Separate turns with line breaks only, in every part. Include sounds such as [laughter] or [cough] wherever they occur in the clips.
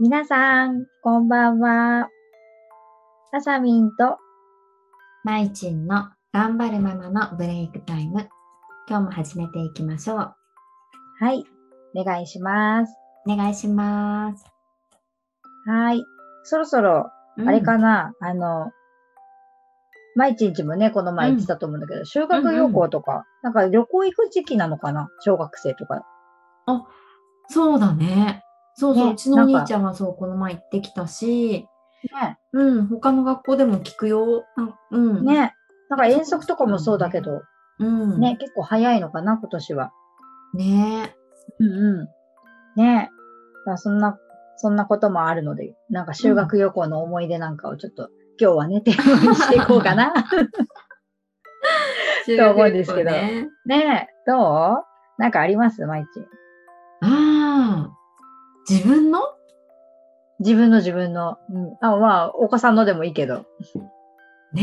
皆さん、こんばんは。あさみんと、
まいちんの頑張るママのブレイクタイム。今日も始めていきましょう。
はい、お願いします。
お願いします。
はい。そろそろ、あれかな、あの、毎日もね、この前言ってたと思うんだけど、修学旅行とか、なんか旅行行く時期なのかな小学生とか。
うんそうだね。そうそう、
ね
うちの
な
お
んか
兄ちゃんはそう、この前行ってきたし、
ね。
うん、他の学校でも聞くよ。あうん。。
ね。なんか遠足とかもそうだけど、
うん。
ね、結構早いのかな今年は。
ね
うんうん。ねえ。まあそんな、そんなこともあるので、なんか修学旅行の思い出なんかをちょっと、今日はね、テーマにしていこうか
[laughs]
な。と思うんですけど
修学旅行ね
ねえ、どうなんかあります毎日。
ああ。自分の
自分の自分の。うん。あまあ、お子さんのでもいいけど。
ね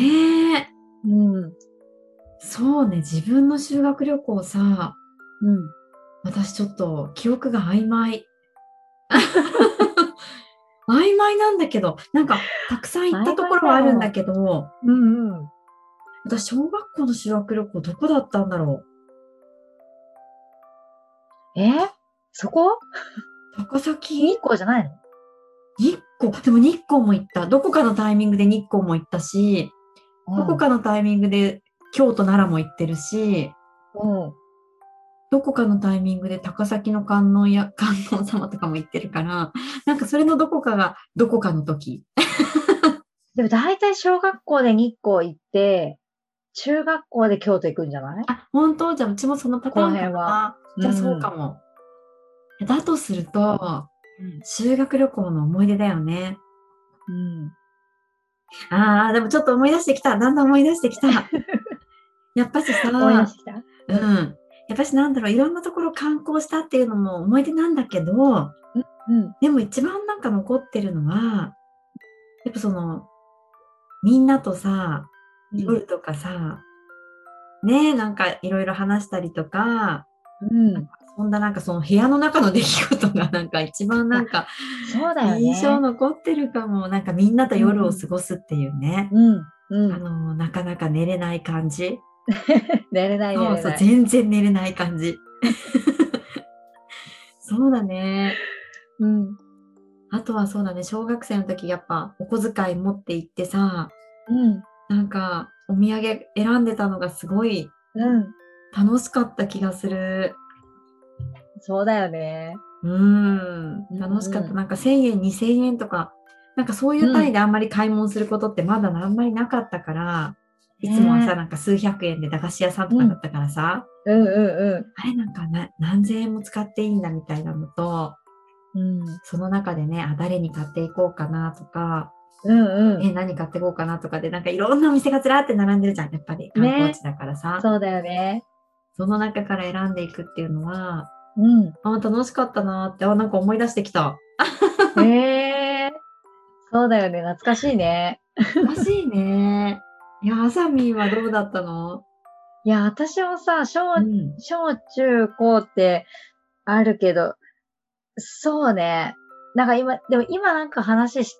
え。
うん。うん。
そうね、自分の修学旅行さ、私ちょっと記憶が曖昧。曖昧なんだけど、なんかたくさん行ったところはあるんだけど、
うんうん。
私小学校の修学旅行どこだったんだろ
えそこ
う高崎
日光じゃないの
日光でも日光も行った。どこかのタイミングで日光も行ったし、どこ。かのタイミングで京都奈良も行ってるし、
うん。
どこかのタイミングで高崎の観音や [laughs] 観音様とかも行ってるから、なんかそれのどこかがどこかの時。
でも大体小学校で日光行って、中学校で京都行くんじゃない
あ、本当じゃあうちもそのパターンか
この辺
な
は。
じゃあそうかも。だとすると、
うん。
修学旅行の思い出だよね。
うん。
ああ、でもちょっと思い出してきた。だんだん思い出し
[laughs]
てきた。やっぱしさ、
思い出してきた
うん。やっぱしなんだろう、いろんなところ観光したっていうのも思い出なんだけど、
うん。
でも一番なんか残ってるのは、やっぱその、みんなとさ、夜とかさ、ねえ、なんかいろいろ話したりとか、
うん。
そんななんかその部屋の中の出来事がなんか一番なんか
そうだよね。
印象残ってるかも、なんかみんなと夜を過ごすっていうね、
うん。う
あ
ん。
の、なかなか寝れない感じ。
寝れない寝れ
そう
ない。
そう、全然寝れない感じ。 [laughs] そうだね。
うん。
あとはそうだね、小学生の時やっぱお小遣い持って行ってさ、
うん。
なんかお土産選んでたのがすごい
うん。
楽しかった気がする。
そうだよね。
うん、楽しかった。
うん
なんか1000円、2000円とか、なんかそういう単位であんまり買い物することってまだあんまりなかったから、いつもは
ね
さ、なんか数百円で駄菓子屋さんとかだったからさ、
うんう
あれなんかな何千円も使っていいんだみたいなのと、
んうん。うん。
その中でね、あ誰に買っていこうかなとか、
うんうん。
ね、何買っていこうかなとかで、なんかいろんなお店がずらーって並んでるじゃん、やっぱり観光地だからさ、
そうだよね。
その中から選んでいくっていうのは、
うん。
あ楽しかったなーって、あなんか思い出してきた。
ええそうだよね。懐かしいね。
らしいね。 [laughs] いや、あさみんはどうだったの、
いや、私もさ、小、
ん、
小中高ってあるけど、そうね。なんか今、でも今なんか話し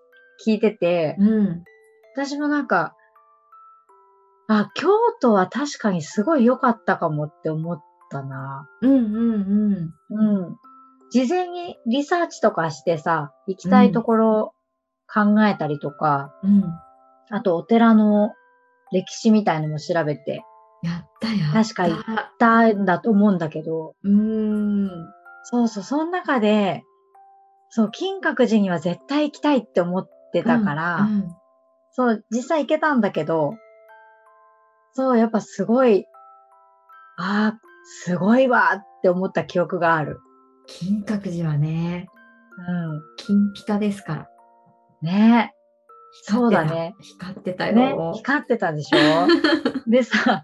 聞いてて、
うん。
私もなんか、あ、京都は確かにすごい良かったかもって思ったな。
うんうんうん。
うん。事前にリサーチとかしてさ、行きたいところ考えたりとか、
うん。
あとお寺の歴史みたいのも調べて
やったやった。
確かにたんだと思うんだけど、
うーん。
そうそう、その中で、そう、金閣寺には絶対行きたいって思ってたから、
うんうん
そう、実際行けたんだけど、そう、やっぱすごい、ああ、すごいわーって思った記憶がある。
金閣寺はね、
うん。
金ピカですから。
ねえ。そうだね。
光ってたよ。
ね、光ってたで
[laughs]
しょでさ、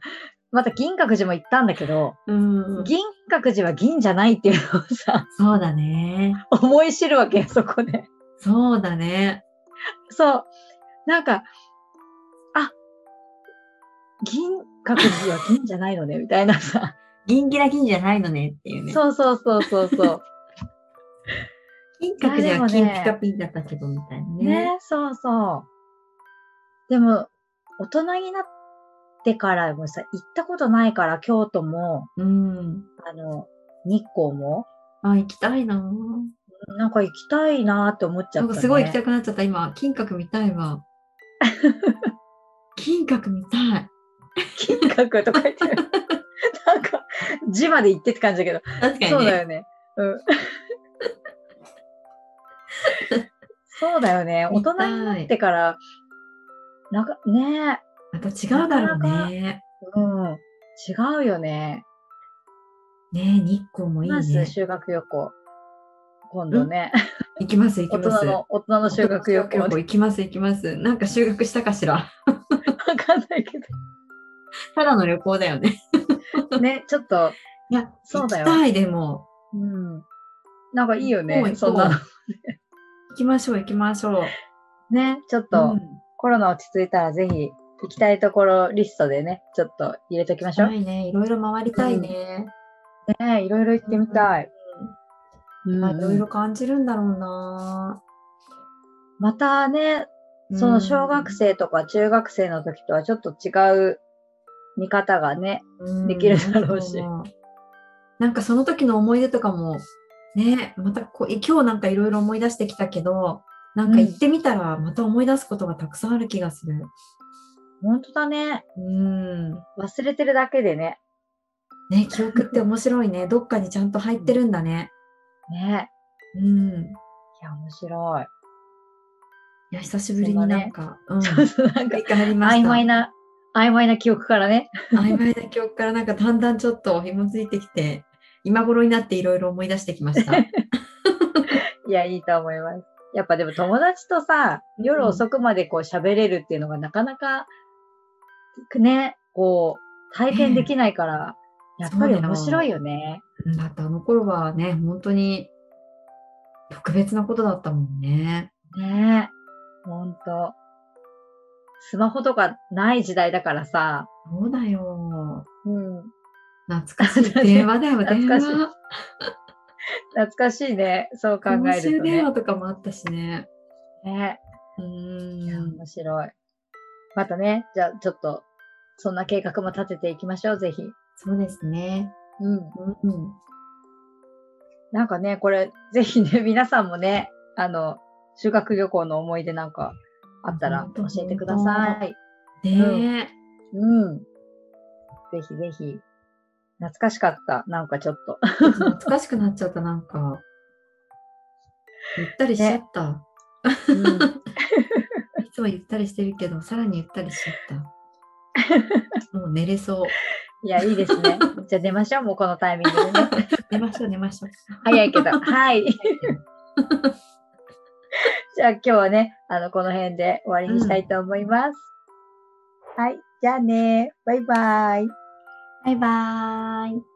また銀閣寺も行ったんだけど、
うん
銀閣寺は銀じゃないっていうのをさ、 [laughs]
そうだね。
思い知るわけよ、そこで。
そうだね。
そう。なんか、あ、銀閣寺は銀じゃないのね、みたいなさ。
銀ギラ銀じゃないのねっていうね。
そうそうそうそうそう。
金閣寺は金ピカピンだったけどみたいなね。
ね、そうそう。でも、大人になってからもさ、行ったことないから、京都も、
うん。
あの、日光も、
あ、行きたいなぁ。
なんか行きたいなーって思っちゃ
な
っ
ん
た、
か
ね。
すごい行きたくなっちゃった、今。金閣見た
[laughs]
いわ。金閣見たい。
金閣とか
[laughs]
言ってる。なんか、字まで行ってって感じだけど、
確か
そう
に
だ
ね。
よね。うん。そうだよね。大
見た
人
い
になってから、なんか、ね
また違うだろうね。
うん。違うよね。
ね日光もいい
まず
ね。
修学旅行。今度ね。
行きます、行き
大
ま
人。
す
の、大人の修学旅行で。
行きます、行きます。なんか修学したかしら。
わかんないけ
ただの旅行だよね。
ど。ね、ちょっと、
いや、
そうだよ
行きたい、でも。
うん。なんかいいよ
行こう
ね。
行こう
そんなの。
行きましょう、行きましょう。
ね、ちょっ
う
と、
ん
コロナ落ち着いたらぜひ、行きたいところリストでね、ちょっと入れときましょう。
は
ね、
いね、いろいろ回りたいね。
いろいろ行ってみたい。う
うん
ん
まあいろいろ感じるんだろうな。
またね、その小学生とか中学生の時とはちょっと違う見方がね、
うん
できるだろうし
んなんかその時の思い出とかも、ね、またこう今日なんかいろいろ思い出してきたけど、なんか行ってみたらまた思い出すことがたくさんある気がする。
本当だね。
うん。
忘れてるだけでね。
ね、記憶って面白
[laughs]
いね。どっかにちゃんと入ってるんだね。
ね。
うん。
いや、面白い。
いや、久しぶりになんか、うん。
[laughs] そうそうなんか
振り返りまし
曖
た。
昧な、曖昧な記憶からね。
曖昧な記憶からなんかだんだんちょっと紐づいてきて、今頃になっていろいろ思い出してき
[laughs]
ました。
いや、いいと思います。やっぱでも友達とさ、夜遅くまでこう喋れるっていうのがなかなか、ね、こう、体験できないから、
ええ
やっぱり面白いよね。
うんだってあの頃はね、本当に特別なことだったもんね。
ねえ。ほんと。スマホとかない時代だからさ、
そうだよ。
うん。
懐かしい。電話だよ、
懐
電
かしい
話。
懐かしいね。そう考
公
える
衆
と
電
ね。
話とかもあったしね。
ね
う
いや
ん。
面白い。またね、じゃあちょっと、そんな計画も立てていきましょう、ぜひ。
そうですね。
うん。
うん。
なんかね、これ、ぜひね、 [laughs] 皆さんもね、あの、修学旅行の思い出なんかあったら
本当
教えてください。
ね
うん。ぜひぜひ。懐かしかった。なんかちょっと。
え。懐かしくなっちゃった、なんか。ゆったりしちゃった。 [laughs] いつもゆったりしてるけど、さらにゆったりしちゃ [laughs] った。もう寝れそう。
いや、いいですね。じゃあ出ましょう、もうこのタイミングでね。
寝ましょう、寝ましょう。
早いけど。はい。 [laughs] じゃあ今日はね、あの、この辺で終わりにしたいと思います。はい。じゃあね。バイバイ。
バイバーイ。